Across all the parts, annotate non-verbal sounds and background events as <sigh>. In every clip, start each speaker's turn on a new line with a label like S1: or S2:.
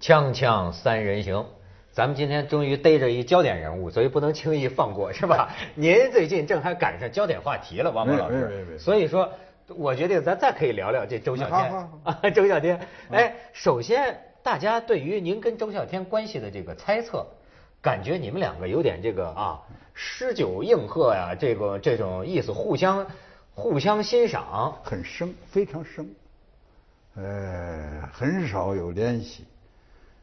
S1: 锵锵三人行，咱们今天终于逮着一焦点人物，所以不能轻易放过，是
S2: <laughs>
S1: 吧？您最近正还赶上焦点话题了，王蒙老
S2: 没有没有没有没
S1: 师，
S2: 有
S1: 所以说，我决定咱再可以聊聊这周小天
S2: 好好
S1: <laughs>
S2: 嗯
S1: 啊，周小天。哎，首先大家对于您跟周小天关系的这个猜测，感觉你们两个有点这个啊，诗酒应和呀，这个这种意思，互相互相欣赏。
S2: 很生，非常生，呃，很少有联系，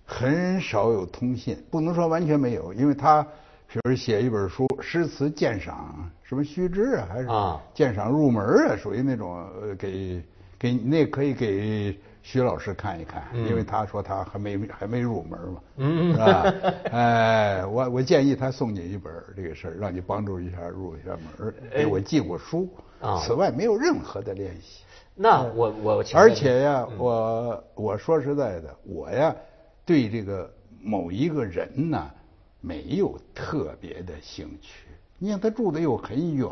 S2: 很少有通信，不能说完全没有，因为他比如写一本书，诗词鉴赏，什么须知啊，还是
S1: 啊
S2: 鉴赏入门啊，属于那种呃给给那可以给徐老师看一看，
S1: 嗯
S2: 因为他说他还没还没入门嘛，
S1: 嗯 <laughs>
S2: 是吧？哎，我我建议他送你一本儿这个事儿，让你帮助一下入一下门儿，
S1: 哎
S2: 因为我寄过书，
S1: 啊
S2: 此外没有任何的联系。
S1: 那我我请问
S2: 嗯而
S1: 你嗯
S2: 且呀，我我说实在的，我呀对这个某一个人呢没有特别的兴趣。你看他住的又很远，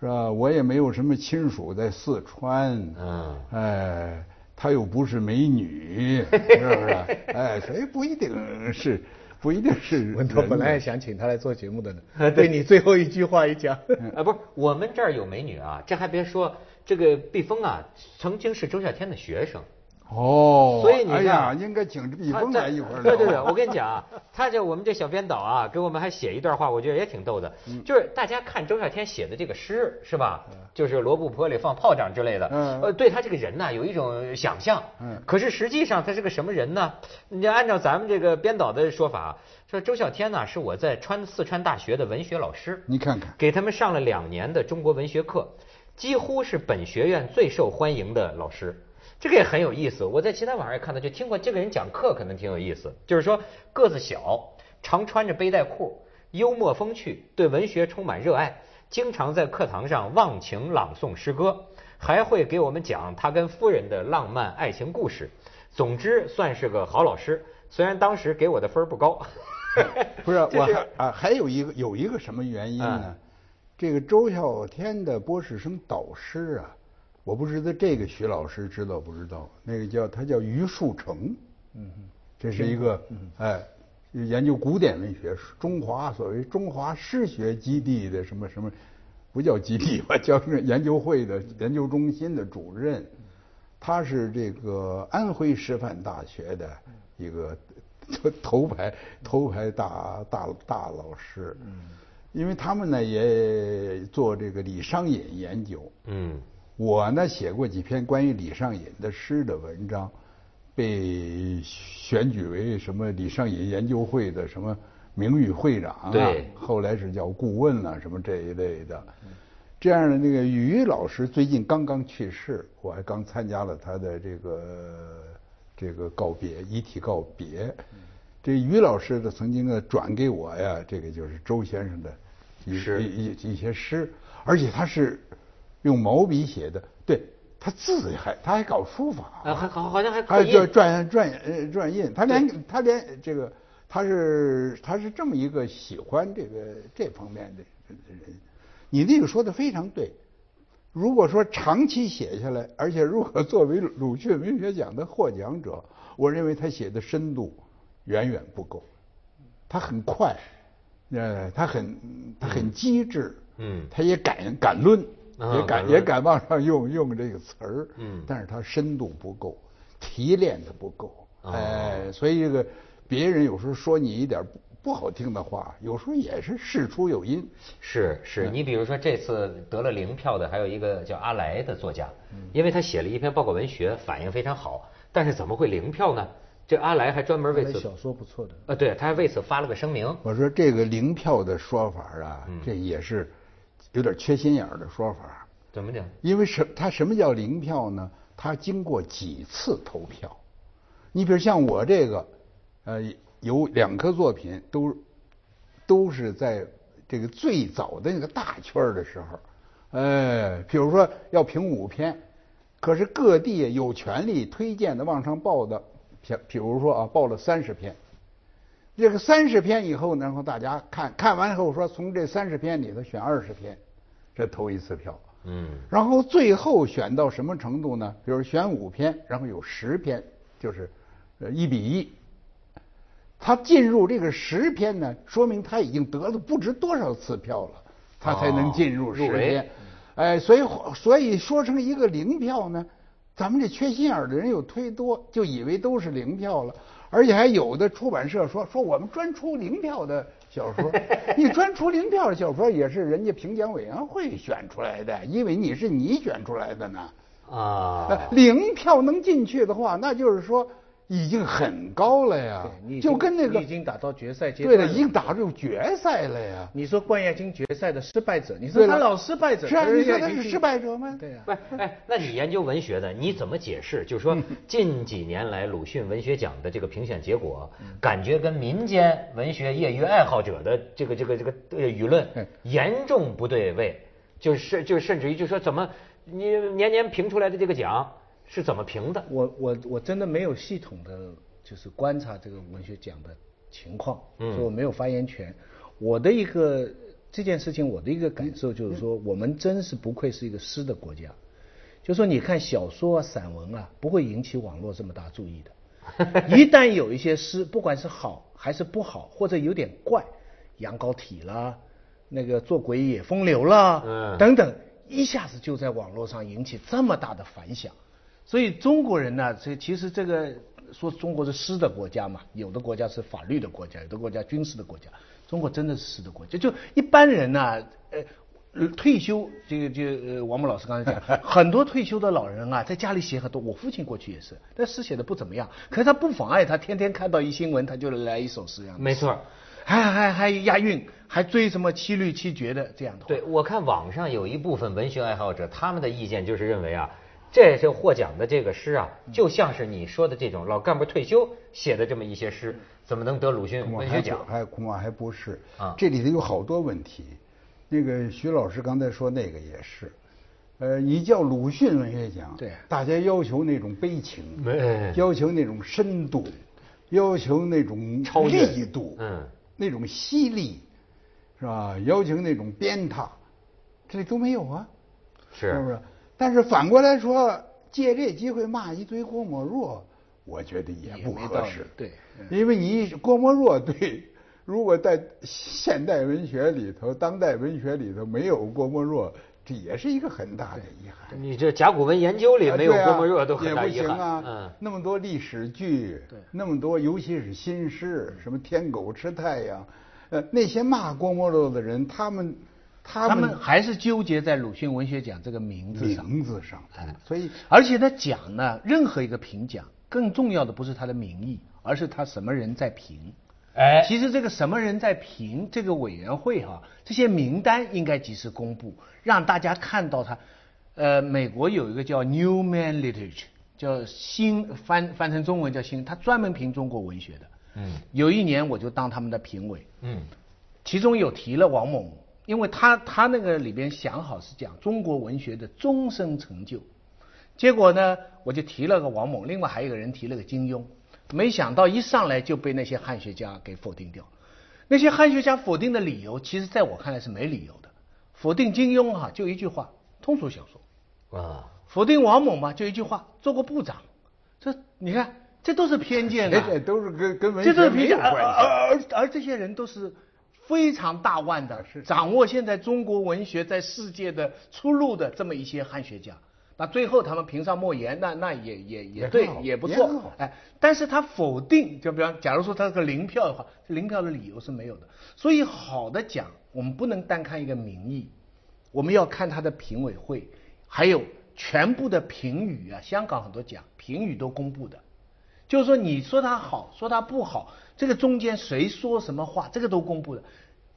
S2: 是吧？我也没有什么亲属在四川，
S1: 嗯
S2: 哎，她又不是美女，是不是？
S1: <laughs>
S2: 哎，所以不一定是，不一定是
S3: <laughs>
S2: 人。
S3: 文涛本来也想请他来做节目的
S2: <laughs>
S3: 呢，被你最后一句话一讲，
S2: 嗯
S1: 啊，不是，我们这儿有美女啊，这还别说，这个毕峰啊，曾经是周小天的学生。
S2: 哦，
S1: 所以你看
S2: 哎呀，应该请毕
S1: 他
S2: 峰
S1: 在
S2: 来一块儿
S1: 对对对，
S2: 聊
S1: 我跟你讲啊，他这我们这小编导啊，给我们还写一段话，我觉得也挺逗的，
S2: 嗯
S1: 就是大家看周小天写的这个诗是吧？就是罗布泊里放炮仗之类的，
S2: 嗯
S1: 呃，对他这个人呢有一种想象，
S2: 嗯
S1: 可是实际上他是个什么人呢？你按照咱们这个编导的说法，啊说周小天呢是我在川四川大学的文学老师，
S2: 你看看。
S1: 给他们上了两年的中国文学课，几乎是本学院最受欢迎的老师。这个也很有意思，我在其他网上也看到，就听过这个人讲课可能挺有意思，就是说个子小，常穿着背带裤，幽默风趣，对文学充满热爱，经常在课堂上忘情朗诵诗歌，还会给我们讲他跟夫人的浪漫爱情故事。总之，算是个好老师，虽然当时给我的分儿不高。 <laughs>
S2: <laughs> 不是，啊
S1: 这
S2: 我
S1: 是
S2: 还啊，还有一个有一个什么原因呢？这个周啸天的博士生导师啊，我不知道这个徐老师知道不知道？那个叫他叫于树成，嗯，这是一个哎，研究古典文学，中华所谓中华诗学基地的什么什么，不叫基地吧， <laughs> 叫是研究会的研究中心的主任。他是这个安徽师范大学的一个 <laughs> 头牌头牌大大大老师，
S1: 嗯
S2: 因为他们呢也做这个李商隐研究，
S1: 嗯，
S2: 我呢写过几篇关于李商隐的诗的文章，被选举为什么李商隐研究会的什么名誉会长啊，
S1: 对
S2: 后来是叫顾问了、什么这一类的。
S1: 嗯
S2: 这样的那个于老师最近刚刚去世，我还刚参加了他的这个这个告别遗体告别。
S1: 嗯
S2: 这于老师呢曾经啊转给我呀，这个就是周先生的一
S1: 诗
S2: 一一一些诗，而且他是用毛笔写的，对他字还他还搞书法，
S1: 啊，还好好像还可
S2: 还
S1: 以。
S2: 转转转呃转印，他连他连这个他是他是这么一个喜欢这个这方面的人，你那个说的非常对。如果说长期写下来，而且如果作为鲁迅文学奖的获奖者，我认为他写的深度远远不够，他很快，呃，他很他很机智，
S1: 嗯
S2: 他也敢敢论，
S1: 啊
S2: 也
S1: 敢
S2: 敢
S1: 论
S2: 也敢往上用用这个词儿，
S1: 嗯
S2: 但是它深度不够，提炼的不够，
S1: 哦
S2: 哎，所以这个别人有时候说你一点不不好听的话，有时候也是事出有因。
S1: 是是，你比如说这次得了零票的，还有一个叫阿来的作家，因为他写了一篇报告文学，反应非常好，但是怎么会零票呢？这阿来还专门为
S3: 他的
S1: 此
S3: 小说不错的
S1: 呃，对，他还为此发了个声明。
S2: 我说这个零票的说法啊，
S1: 嗯
S2: 这也是有点缺心眼儿的说法，啊
S1: 怎么讲？
S2: 因为什它什么叫零票呢？它经过几次投票，你比如像我这个，呃，有两科作品都都是在这个最早的那个大圈儿的时候，呃，比如说要评五篇，可是各地有权利推荐的往上报的，比比如说啊，报了三十篇，这个三十篇以后呢，然后大家看看完以后说，从这三十篇里头选二十篇，这投一次票。
S1: 嗯
S2: 然后最后选到什么程度呢？比如选五篇，然后有十篇，就是呃一比一。他进入这个十篇呢，说明他已经得了不知多少次票了，他才能进入
S1: 哦
S2: 十
S1: 入围
S2: 篇。哎，所以所以说成一个零票呢，咱们这缺心眼儿的人有忒多，就以为都是零票了，而且还有的出版社说说 <laughs> 我们专出零票的小
S1: <laughs>
S2: 说，你专出零票的小说也是人家评奖委员会选出来的，因为你是你选出来的呢。呃
S1: 啊，
S2: 零票能进去的话，那就是说已经很高了呀
S3: 对你，已经
S2: 就跟那个
S3: 你已经打到决赛阶
S2: 对
S3: 段
S2: 了，
S3: 了
S2: 已经打入决赛了呀。
S3: 你说冠亚军决赛的失败者，你
S2: 对
S3: 说
S2: 了
S3: 他老失败者，
S2: 是啊
S3: 可人
S2: 你说
S3: 家
S2: 他
S3: 已经
S2: 是
S3: 进
S2: 失败者吗
S3: 对呀、
S1: 不是， <laughs> 哎，那你研究文学的，你怎么解释？就是说， <laughs> 近几年来鲁迅文学奖的这个评选结果，感觉跟民间文学业余爱好者的这个这个这个呃舆论
S3: 嗯
S1: 严重不对位，就是就甚至于就说怎么你年年评出来的这个奖是怎么评的？
S3: 我我我真的没有系统的，就是观察这个文学奖的情况，
S1: 嗯
S3: 所以我没有发言权。我的一个这件事情，我的一个感受就是说，我们真是不愧是一个诗的国家。就说你看小说啊、散文啊，不会引起网络这么大注
S1: <laughs>
S3: 意的。一旦有一些诗，不管是好还是不好，或者有点怪，羊羔体啦，那个做鬼也风流啦，
S1: 嗯
S3: 等等，一下子就在网络上引起这么大的反响。所以中国人呢，这其实这个说中国是诗的国家嘛，有的国家是法律的国家，有的国家军事的国家，中国真的是诗的国家。就一般人呢、呃。呃退休，这个这个呃，王牧老师刚才讲， <laughs> 很多退休的老人啊，在家里写很多。我父亲过去也是，但诗写的不怎么样，可是他不妨碍他天天看到一新闻，他就来一首诗样的，
S1: 没错儿，
S3: 还还还押韵，还追什么七律七绝的这样的话。
S1: 对，我看网上有一部分文学爱好者，他们的意见就是认为啊，这是获奖的这个诗啊，
S2: 嗯
S1: 就像是你说的这种老干部退休写的这么一些诗，怎么能得鲁迅
S2: 嗯恐
S1: 文
S2: 怕
S1: 学
S2: 还
S1: 奖
S2: 不？还恐怕还不是
S1: 啊
S2: 这里头有好多问题。那个徐老师刚才说那个也是，呃，一叫鲁迅文学奖，
S3: 对
S2: 大家要求那种悲情，
S1: 哎
S2: 要求那种深度，要求那种
S1: 超越
S2: 力度，
S1: 嗯，
S2: 那种犀利，是吧？要求那种鞭挞，这里都没有啊，
S1: 是
S2: 是不是？但是反过来说，借这机会骂一堆郭沫若，我觉得也
S3: 也
S2: 不
S3: 没
S2: 合
S3: 道理
S2: 适，
S3: 对嗯
S2: 因为你郭沫若对， <laughs> 如果在现代文学里头、当代文学里头没有郭沫若，这也是一个很大的遗憾。
S1: 你这甲骨文研究里
S2: 啊
S1: 没有
S2: 对啊
S1: 郭沫若都很大
S2: 也
S1: 遗
S2: 不行
S1: 憾。嗯
S2: 啊。那么多历史剧，
S3: 对
S2: 那么多，尤其是新诗，什么天狗吃太阳，呃，那些骂郭沫若的人，他们
S3: 他
S2: 他们
S3: 们还是纠结在鲁迅文学奖这个名字上。嗯
S2: 名字上，所以
S3: 而且呢，奖呢，任何一个评奖，更重要的不是它的名义，而是他什么人在评。
S1: 哎，
S3: 其实这个什么人在评这个委员会哈、这些名单应该及时公布，让大家看到他。呃，美国有一个叫 Newman Literature，叫新翻翻成中文叫新，他专门评中国文学的。
S1: 嗯
S3: 有一年我就当他们的评委，
S1: 嗯，
S3: 其中有提了王蒙，因为他他那个里边想好是讲中国文学的终身成就，结果呢，我就提了个王蒙，另外还有一个人提了个金庸，没想到一上来就被那些汉学家给否定掉。那些汉学家否定的理由，其实在我看来是没理由的。否定金庸哈、就一句话，通俗小说；
S1: 啊，
S3: 否定王蒙嘛，就一
S2: <laughs>
S3: 句话，做过部长。这你看，这都是偏
S2: <laughs>
S3: 见的、
S2: 这这都是跟跟文
S3: 这
S2: 学
S3: 个
S2: 没
S3: 评价，
S2: 有
S3: 而
S2: 关系。
S3: 而而而这些人都是非常大腕
S2: 啊
S3: 的，掌握现在中国文学在世界的出路的这么一些汉学家。那最后他们评上莫言，那那也
S2: 也
S3: 也也对
S2: 很好，
S3: 不
S2: 也很
S3: 错
S2: 好。
S3: 哎，但是他否定，就比方，假如说他是个零票的话，零票的理由是没有的。所以好的奖，我们不能单看一个名义，我们要看他的评委会，还有全部的评语啊。香港很多奖评语都公布的，就是说你说他好，说他不好，这个中间谁说什么话，这个都公布的。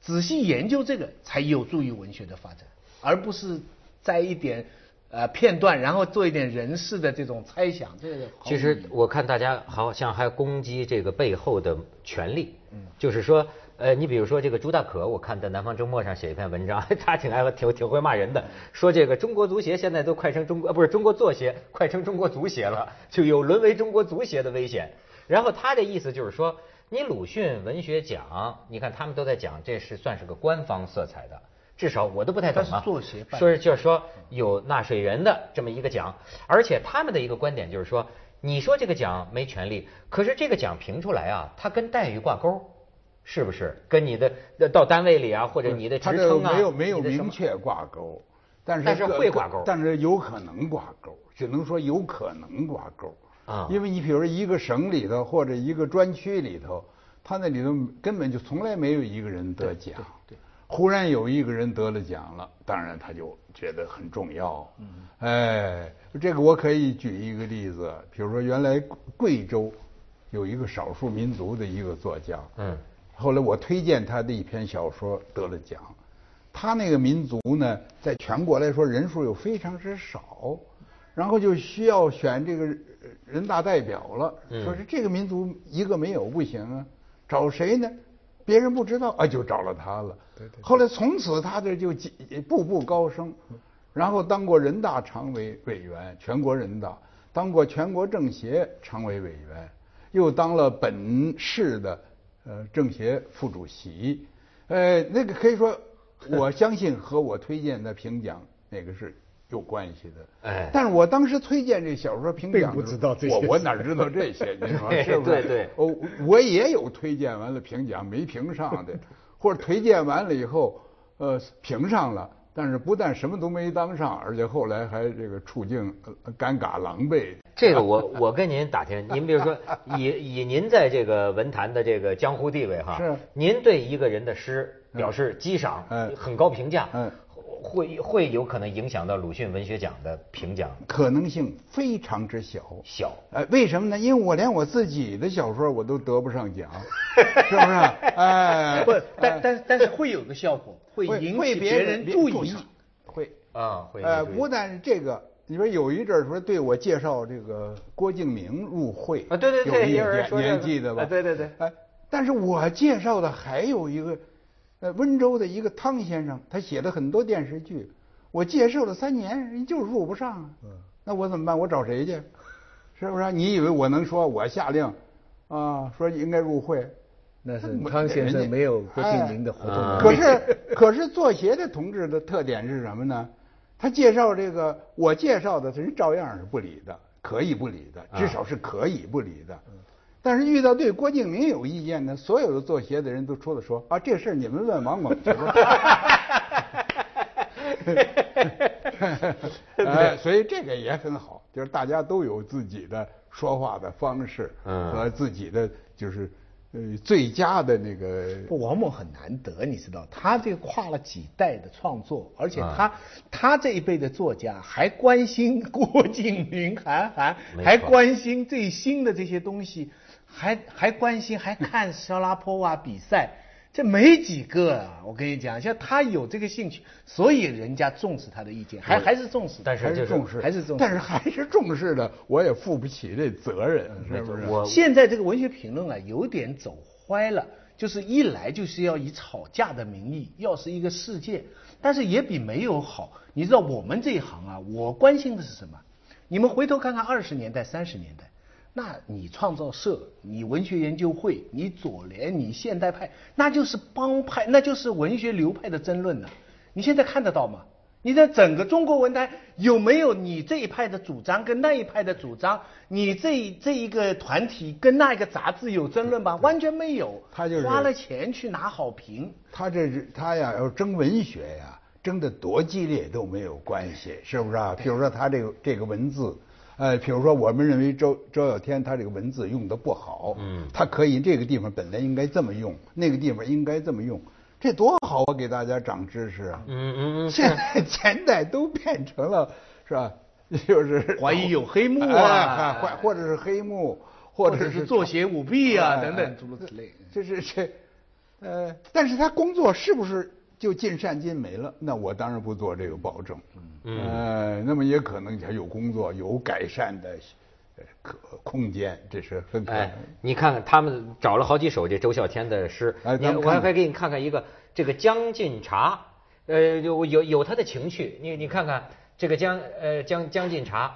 S3: 仔细研究这个，才有助于文学的发展，而不是摘一点呃片段，然后做一点人事的这种猜想。这个毫无
S1: 其
S3: 意
S1: 实
S3: 义
S1: 我看大家好像还攻击这个背后的权利，
S3: 嗯
S1: 就是说，呃，你比如说这个朱大可，我看在《南方周末》上写一篇文章， <laughs> 他挺爱挺挺会骂人的，说这个中国足协现在都快成中国，呃不是中国作协，快成中国足协了，就有沦为中国足协的危险。然后他的意思就是说，你鲁迅文学奖，你看他们都在讲，这是算是个官方色彩的。至少我都不太懂
S3: 但
S1: 啊
S3: 是作协，办
S1: 说是就是说有纳税人的这么一个奖，而且他们的一个观点就是说，你说这个奖没权利，可是这个奖评出来啊，它跟待遇挂钩，是不是？跟你的呃到单位里啊，或者你的职
S2: 他这
S1: 称啊，
S2: 没有没有
S1: 你的什么
S2: 明确挂钩，但是
S1: 但是
S2: 各
S1: 会挂钩
S2: 但是有可能挂钩，只能说有可能挂钩
S1: 啊
S2: 因为你比如说一个省里头或者一个专区里头，他那里头根本就从来没有一个人得奖，对，忽然有一个人得了奖了，当然他就觉得很重要，嗯，哎，这个我可以举一个例子，比如说原来贵州有一个少数民族的一个作家，
S1: 嗯
S2: 后来我推荐他的一篇小说得了奖。他那个民族呢，在全国来说人数又非常之少，然后就需要选这个呃人大代表了。
S1: 嗯
S2: 说是这个民族一个没有不行啊，找谁呢？别人不知道，哎，就找了他了。
S3: 对对
S2: 后来从此他这就几步步高升，然后当过人大常委委员，全国人大，当过全国政协常委委员，又当了本市的呃政协副主席，呃，那个可以
S3: <laughs>
S2: 说，我相信和我推荐的评奖那个是有关系的。
S1: 哎
S2: 但是我当时推荐这小说评奖的时候，
S3: 并不知道这些
S2: 我我
S3: 事
S2: 哪知道这些？你
S1: <laughs>
S2: 说是不
S1: 对
S2: 是？
S1: 对
S2: 哦，我也有推荐完了评奖没评上
S1: <laughs>
S2: 的，或者推荐完了以后，呃，评上了，但是不但什么都没当上，而且后来还这个处境呃尴尬狼狈。
S1: 这个我 <laughs> 我跟您打听，您比如说以以您在这个文坛的这个江湖地位哈，
S2: 是
S1: 您对一个人的诗表示激赏，
S2: 嗯
S1: 很高评价，
S2: 嗯
S1: 会会有可能影响到鲁迅文学奖的评奖
S2: 可能性非常之小。
S1: 小。
S2: 哎，为什么呢？因为我连我自己的小说我都得不上
S1: <laughs>
S2: 奖，是不是？哎，
S3: 不，但但但是会有个效果，会引
S2: 会
S3: 起别人注意。
S2: 会
S1: 啊会
S2: 呃，
S1: 注意
S2: 不但是这个，你说有一阵儿说对我介绍这个郭敬明入会
S1: 啊对对对
S2: 有
S1: 有人说这个
S2: 年纪的吧？
S1: 啊对对对
S2: 哎，但是我介绍的还有一个，呃，温州的一个汤先生，他写了很多电视剧，我介绍了三年，人就是入不上啊。嗯，那我怎么办？我找谁去？是不是啊？你以为我能说我下令啊，说应该入会？
S3: 那是
S2: 没
S3: 汤先生没有郭敬明的活动
S2: 哎
S3: 能力。
S2: 可是，可是作协的同志的特点是什么呢？他介绍这个，我介绍的，人照样是不理的，可以不理的，
S3: 啊
S2: 至少是可以不理的。但是遇到对郭敬明有意见的，所有的作协的人都出来说啊，这事儿你们问王猛去吧。 <laughs> 哎，所以这个也很好，就是大家都有自己的说话的方式
S1: 嗯
S2: 和自己的就是呃最佳的那个
S3: 不，王蒙很难得，你知道，他这个跨了几代的创作，而
S1: 啊
S3: 且他、他这一辈的作家还关心 <laughs> 郭敬明、韩寒
S1: 没，错
S3: 还关心最新的这些东西，还还关心
S1: <laughs>
S3: 还看肖拉波娃比赛，这没几个啊！我跟你讲，像他有这个兴趣，所以人家重视他的意见，还还是重视的，
S1: 但是
S2: 还
S1: 就是
S2: 重视，
S3: 还是重视，
S2: 但是还是重视的，我也负不起这责任，是不是？
S1: 我
S3: 现在这个文学评论啊，有点走歪了，就是一来就是要以吵架的名义，要是一个世界，但是也比没有好。你知道我们这一行啊，我关心的是什么？你们回头看看二十年代、三十年代，那你创造社、你文学研究会、你左联、你现代派，那就是帮派，那就是文学流派的争论呐、你现在看得到吗？你在整个中国文坛有没有你这一派的主张跟那一派的主张？你这这一个团体跟那一个杂志有争论吗？完全没有，
S2: 他就是
S3: 花了钱去拿好评。
S2: 他这是他呀，要争文学呀，争得多激烈都没有关系，是不是啊？比如说他这个这个文字，呃，比如说我们认为周周小天他这个文字用的不好，
S1: 嗯
S2: 他可以这个地方本来应该这么用，那个地方应该这么用，这多好啊！给大家长知识啊！
S1: 嗯嗯嗯是
S2: 现在前代都变成了是吧？ <laughs> 就是
S3: 怀疑有黑幕啊
S2: 哎还或者是黑幕，或
S3: 或者
S2: 者
S3: 是
S2: 是
S3: 作协舞弊啊
S2: 哎
S3: 等等
S2: 哎
S3: 诸如此类
S2: 这是这，呃，但是他工作是不是就尽善尽美了？那我当然不做这个保证。
S1: 嗯
S2: 呃，那么也可能他有工作有改善的呃可空间，这是很可能。
S1: 哎，你看看他们找了好几首这周孝天的诗，
S2: 哎
S1: 你
S2: 咱们
S1: 我还
S2: 看看
S1: 还给你看看一个这个《将进茶》，呃，有有有他的情趣，你你看看这个将呃将将进茶，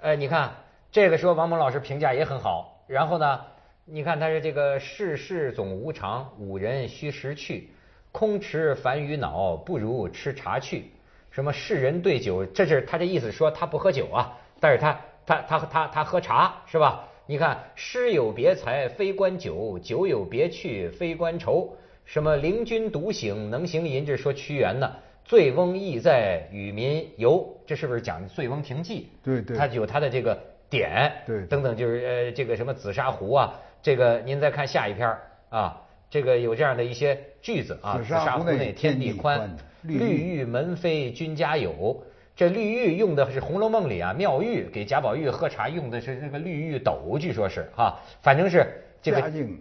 S1: 呃，你看这个时候王蒙老师评价也很好，然后呢，你看他是这个世事总无常，五人须识趣，空吃烦鱼脑，不如吃茶去。什么世人对酒，这是他这意思说他不喝酒啊，但是他他他他他喝茶是吧？你看诗有别才非关酒，酒有别去非关愁。什么陵君独醒能行吟，这说屈原呢。醉翁意在与民游，这是不是讲《醉翁亭记》？
S2: 对对
S1: 它有它的这个点，
S2: 对
S1: 等等，就是呃这个什么紫砂壶啊，这个您再看下一篇儿啊，这个有这样的一些句子啊，
S2: 紫
S1: 紫
S2: 砂
S1: 砂
S2: 壶
S1: 壶
S2: 内
S1: 内
S2: 天
S1: 天地
S2: 地宽
S1: 宽，
S2: 绿
S1: 绿玉门扉君家有。这绿玉用的是《红楼梦》里啊，妙玉给贾宝玉喝茶用的是那个绿玉斗，据说是哈、反正是这
S2: 嘉
S1: 个，
S2: 靖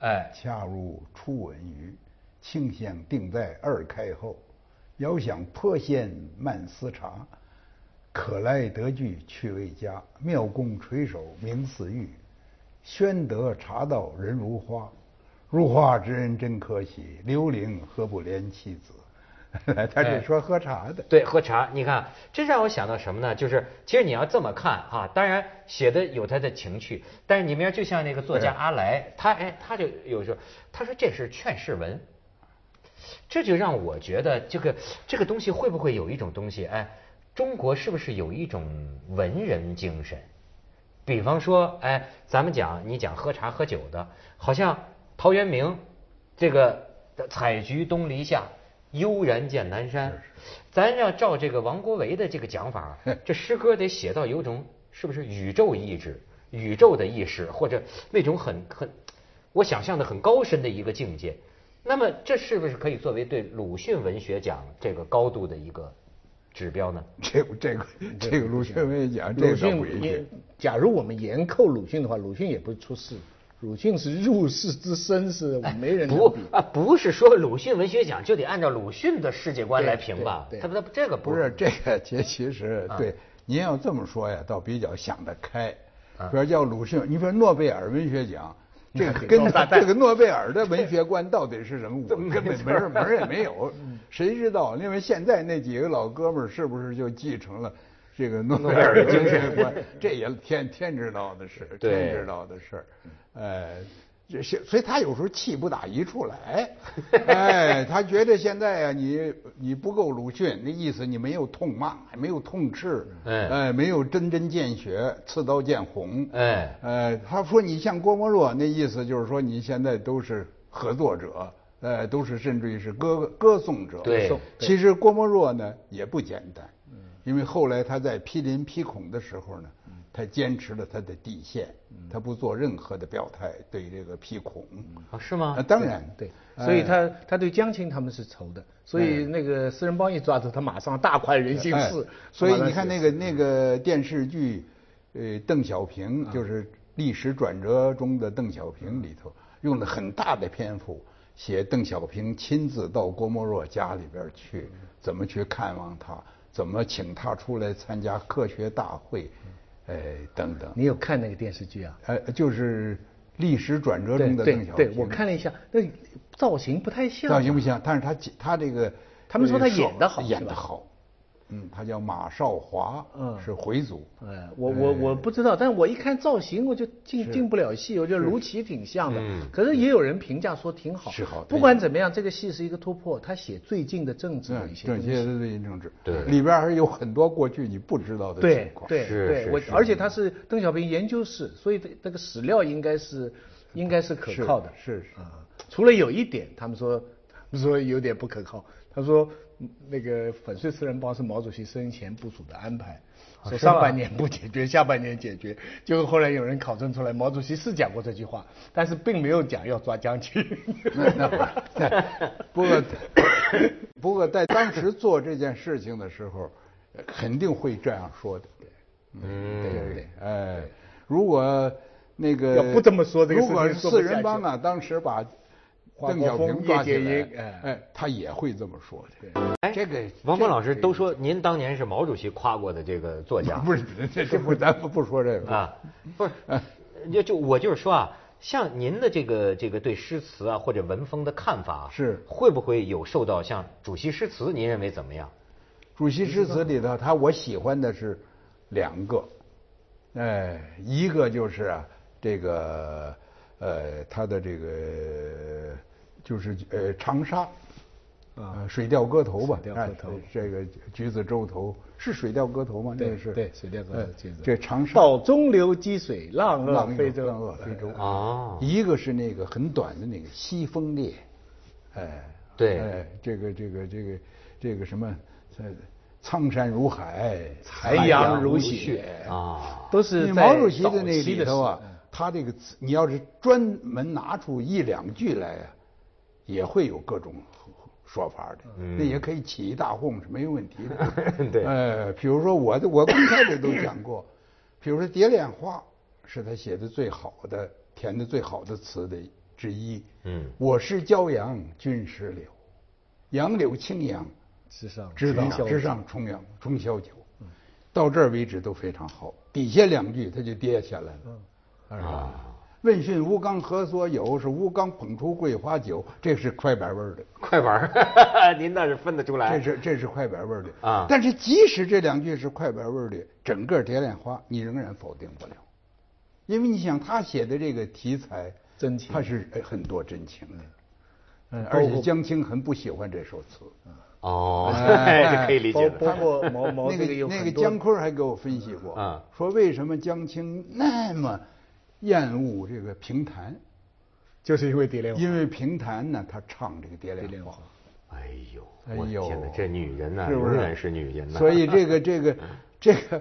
S1: 哎，
S2: 恰入初闻于，清香定在二开后。遥想坡县慢思茶，可来得具趣味佳。妙工垂首明似玉，宣德茶道人如花。如花之人真可喜，刘伶何不怜妻子？ <laughs> 他
S1: 哎
S2: 是说喝茶的。
S1: 对，喝茶，你看，这让我想到什么呢？就是其实你要这么看哈、当然写的有他的情趣，但是你明儿就像那个作家
S2: 对
S1: 阿来，他哎，他就有时候他说这是劝世文，这就让我觉得这个这个东西会不会有一种东西哎，中国是不是有一种文人精神？比方说，哎，咱们讲你讲喝茶喝酒的，好像陶渊明这个“采菊东篱下，悠然见南山”，咱要照这个王国维的这个讲法，啊这诗歌得写到有种是不是宇宙意志、宇宙的意识，或者那种很很我想象的很高深的一个境界。那么，这是不是可以作为对鲁迅文学奖这个高度的一个指标呢？
S2: 这个这个这个鲁迅我也讲，这
S3: 鲁
S2: 个倒
S3: 迅
S2: 不一
S3: 也
S2: 定。，
S3: 假如我们严扣鲁迅的话，鲁迅也不是出世，鲁迅是入世之
S2: <laughs>
S3: 身，是没人能
S1: 不
S3: 比。
S1: 啊，不是说鲁迅文学奖就得按照鲁迅的世界观来
S3: 对
S1: 评吧？
S3: 对
S1: 他
S3: 对
S1: 不，他这个
S2: 不是这个，其其实
S1: 啊
S2: 对，您要这么说呀，倒比较想得开
S1: 啊。
S2: 比如叫鲁迅，你说诺贝尔文学奖， <laughs> 这个
S3: 那得
S2: 跟 <laughs>
S3: 高大
S2: 这个诺贝尔的文学观到底是什 <laughs> 么？我根本门儿嗯门儿也没 <laughs> 有，谁知道？因为现在那几个老哥们儿是不是就继承了这个诺贝尔的精神观？这也天天知道的事，
S1: 对
S2: 天知道的事儿。
S1: 嗯
S2: 呃，这是，所以他有时候气不打一处
S1: <laughs>
S2: 来。哎，他觉得现在啊，你你不够鲁迅，那意思你没有痛骂，没有痛斥，
S1: 哎
S2: 哎，没有针针见血，刺刀见红。
S1: 哎
S2: 呃，他说你像郭沫若，那意思就是说你现在都是合作者，呃，都是甚至于是歌歌颂者。
S1: 对歌颂
S2: 其实郭沫若呢也不简单，
S3: 嗯
S2: 因为后来他在批林批孔的时候呢，他坚持了他的底线，
S3: 嗯
S2: 他不做任何的表态对这个批孔。
S1: 啊是吗
S2: 啊？当然，
S3: 对，
S2: 哎
S3: 所以他他对江青他们是仇的，所以那个私人帮一抓住他，马上大快人心
S2: 哎
S3: 事。
S2: 所以你看那个
S3: 嗯
S2: 那个电视剧，呃，邓小
S3: 啊
S2: 平就是历史转折中的邓小平里头，用了很大的篇幅写邓小平亲自到郭沫若家里边去，怎么去看望他，怎么请他出来参加科学大会，
S3: 嗯
S2: 哎，等等，
S3: 你有看那个电视剧啊？
S2: 哎，就是历史转折
S3: 对
S2: 中的
S3: 对
S2: 邓小平。
S3: 对，我看了一下，那造型不太像。
S2: 造型不像，但是他解他这个，
S3: 他们说他
S2: 呃
S3: 演得好
S2: 演
S3: 是吧
S2: 得好，嗯，他叫马少华，
S3: 嗯
S2: 是回族，
S3: 哎，我我我不知道，但我一看造型我就进进不了戏，我觉得卢奇挺像的。可是也有人评价说挺好。
S2: 是好
S3: 不管怎么样，这个戏是一个突破，他写最近的政治的
S2: 嗯
S3: 一些
S2: 这
S3: 东
S2: 些
S3: 西。
S2: 都对政治，
S1: 对
S2: 里边还有很多过去你不知道的
S3: 对
S2: 情况，
S3: 对
S1: 是
S3: 对，
S1: 是
S3: 我
S1: 是
S3: 而且他是邓小平研究室，所以这这个史料应该是应该是可靠的。
S2: 是是
S3: 啊，除了有一点，他们说他们说有点不可靠。他说嗯那个粉碎四人帮是毛主席生前部署的安排，
S2: 哦
S3: 说
S1: 是吗
S3: 上半年不解决，下半年解决。结果后来有人考证出来，毛主席是讲过这句话，但是并没有讲要抓江青。
S2: <laughs> <laughs> 那那
S3: <laughs>
S2: 不是，不过不过在当时做这件事情的时候，呃肯定会这样说的，
S1: 嗯，
S2: 对对，哎，如果那个
S3: 要不这么说这个事
S2: 如
S3: 情
S2: 果是
S3: 说不
S2: 四
S3: 下
S2: 人
S3: 去
S2: 帮啊，当时把
S3: 华
S2: 邓
S3: 国
S2: 小平
S3: 锋
S2: 抓
S3: 叶
S2: 起
S3: 剑英
S2: 来
S3: 哎，
S2: 哎，他也会这么说的。
S1: 哎，
S2: 这个
S1: 王
S2: 这
S1: 峰老师都说您当年是毛主席夸过的这个作家，
S2: 不是，这这不，咱不不说这个
S1: 啊，不是，就就我就是说啊，像您的这个这个对诗词啊或者文风的看法，啊
S2: 是
S1: 会不会有受到像主席诗词，您认为怎么样？
S2: 主席诗词里头，他我喜欢的是两个，哎，一个就是啊，这个呃，他的这个就是呃长沙，啊，《水调歌头》吧，
S3: 水调歌头
S2: 哎这个橘子洲头是《水调歌头》吗？那
S3: 对
S2: 个是
S3: 对水调歌头
S2: 呃
S3: 橘子
S2: 这长沙
S3: 到中流击水，浪
S2: 浪
S3: 遏飞舟。
S2: 浪遏飞舟
S1: 哦
S2: 啊一个是那个很短的那个《西风烈》，哎，
S1: 对
S2: 哎，这个这个这个这个什么，呃苍山如海，
S3: 残
S2: 海
S3: 阳
S2: 洋
S3: 如
S2: 如
S3: 血
S1: 啊，。
S3: 都是
S2: 你
S3: 在
S2: 毛主席
S3: 早
S2: 的那
S3: 期
S2: 里
S3: 的
S2: 头
S3: 时
S2: 啊
S3: 候，
S2: 他这个词，你要是专门拿出一两句来啊，也会有各种说法的，那也可以起一大哄是没有问题的 <laughs>
S1: 对
S2: 呃，比如说我的我公开里都讲过， <clears throat> 比如说《蝶恋花》是他写的最好的、填的最好的词的之一。
S1: 嗯
S2: 我是骄阳，君是柳，杨柳青杨，
S3: 之上
S2: 知道
S3: 知晓
S2: 之上重阳重霄酒，到这儿为止都非常好，底下两句他就跌下来了，是吧？问讯吴刚何所有？是吴刚捧出桂花酒，这是快板味儿的，
S1: 快板儿， <laughs> 您倒是分得出来。
S2: 这是这是快板味儿的
S1: 啊
S2: 但是即使这两句是快板味儿的，整个《蝶恋花》你仍然否定不了，因为你想他写的这个题材，
S3: 真情
S2: 他是呃很多真情的，嗯，
S3: 包
S2: 而且
S3: 括
S2: 江青很不喜欢这首词，
S1: 哦，
S2: 哎
S1: <laughs>
S2: <laughs>
S1: 这可以理解
S3: 包包
S1: 的。
S3: 括毛毛
S2: 那
S3: 这个
S2: 个
S3: 有
S2: 那
S3: 很
S2: 个
S3: 多
S2: 姜昆还给我分析过，
S1: 啊
S2: 说为什么江青那么厌恶这个评弹，
S3: 就是因为蝶恋花，
S2: 因为评弹呢，他唱这个蝶
S3: 蝶
S2: 恋
S3: 恋花
S2: 花，。
S1: 哎呦，
S2: 哎
S1: 我的
S2: 呦
S1: 天哪，这女人呐，
S2: 是不
S1: 永
S2: 是
S1: 远是女人呐。
S2: 所以这
S1: <laughs>
S2: 个这个这个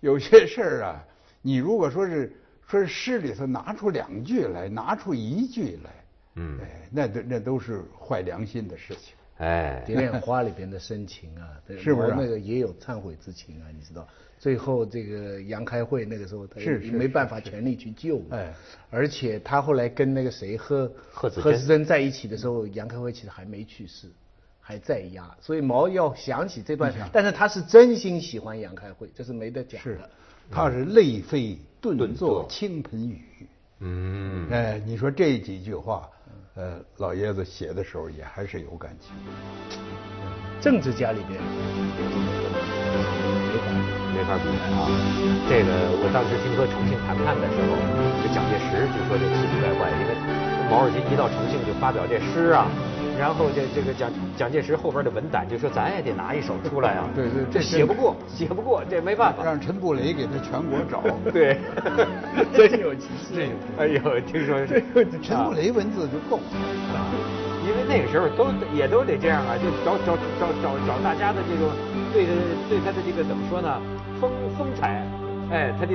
S2: 有些事儿啊，你如果说是说是诗里头拿出两句来，拿出一句来，
S1: 嗯
S2: 哎，那都那都是坏良心的事情。
S1: 哎，
S3: 蝶恋花里边的深情
S2: <laughs>
S3: 啊，对
S2: 是不是
S3: 毛那个也有忏悔之情啊？你知道，最后这个杨开慧那个时候他
S2: 是是
S3: 没办法全力去救嘛，
S1: 嗯
S2: 哎，
S3: 而且他后来跟那个谁贺
S1: 贺子珍
S3: 贺子珍在一起的时候，杨开慧其实还没去世，还在押，所以毛要想起这段，但是他是真心喜欢杨开慧，这是没得讲
S2: 是
S3: 的。，
S2: 他是泪飞
S1: 顿
S2: 顿
S1: 作
S2: 作倾盆雨。
S1: 嗯，
S2: 哎，你说这几句话，呃，老爷子写的时候也还是有感情。
S3: 政治家里边没法比。
S1: 没法比啊。这个我当时听说重庆谈判的时候，这蒋介石就说这奇奇怪怪，因为毛主席一到重庆就发表这诗啊，然后这这个蒋蒋介石后边的文胆就说咱也得拿一首出来啊，
S2: 对对这
S1: 写不过，写不过，这没办法。
S2: 让陈布雷给他全国找。
S1: 对， <laughs>
S2: <laughs>
S3: 真有其事
S1: 真有其事哎呦，听说是
S2: 陈布雷文字就够了。
S1: 啊，因为那个时候都也都得这样啊，就找找找找找大家的这种对对他的这个怎么说呢，风风采，哎，他的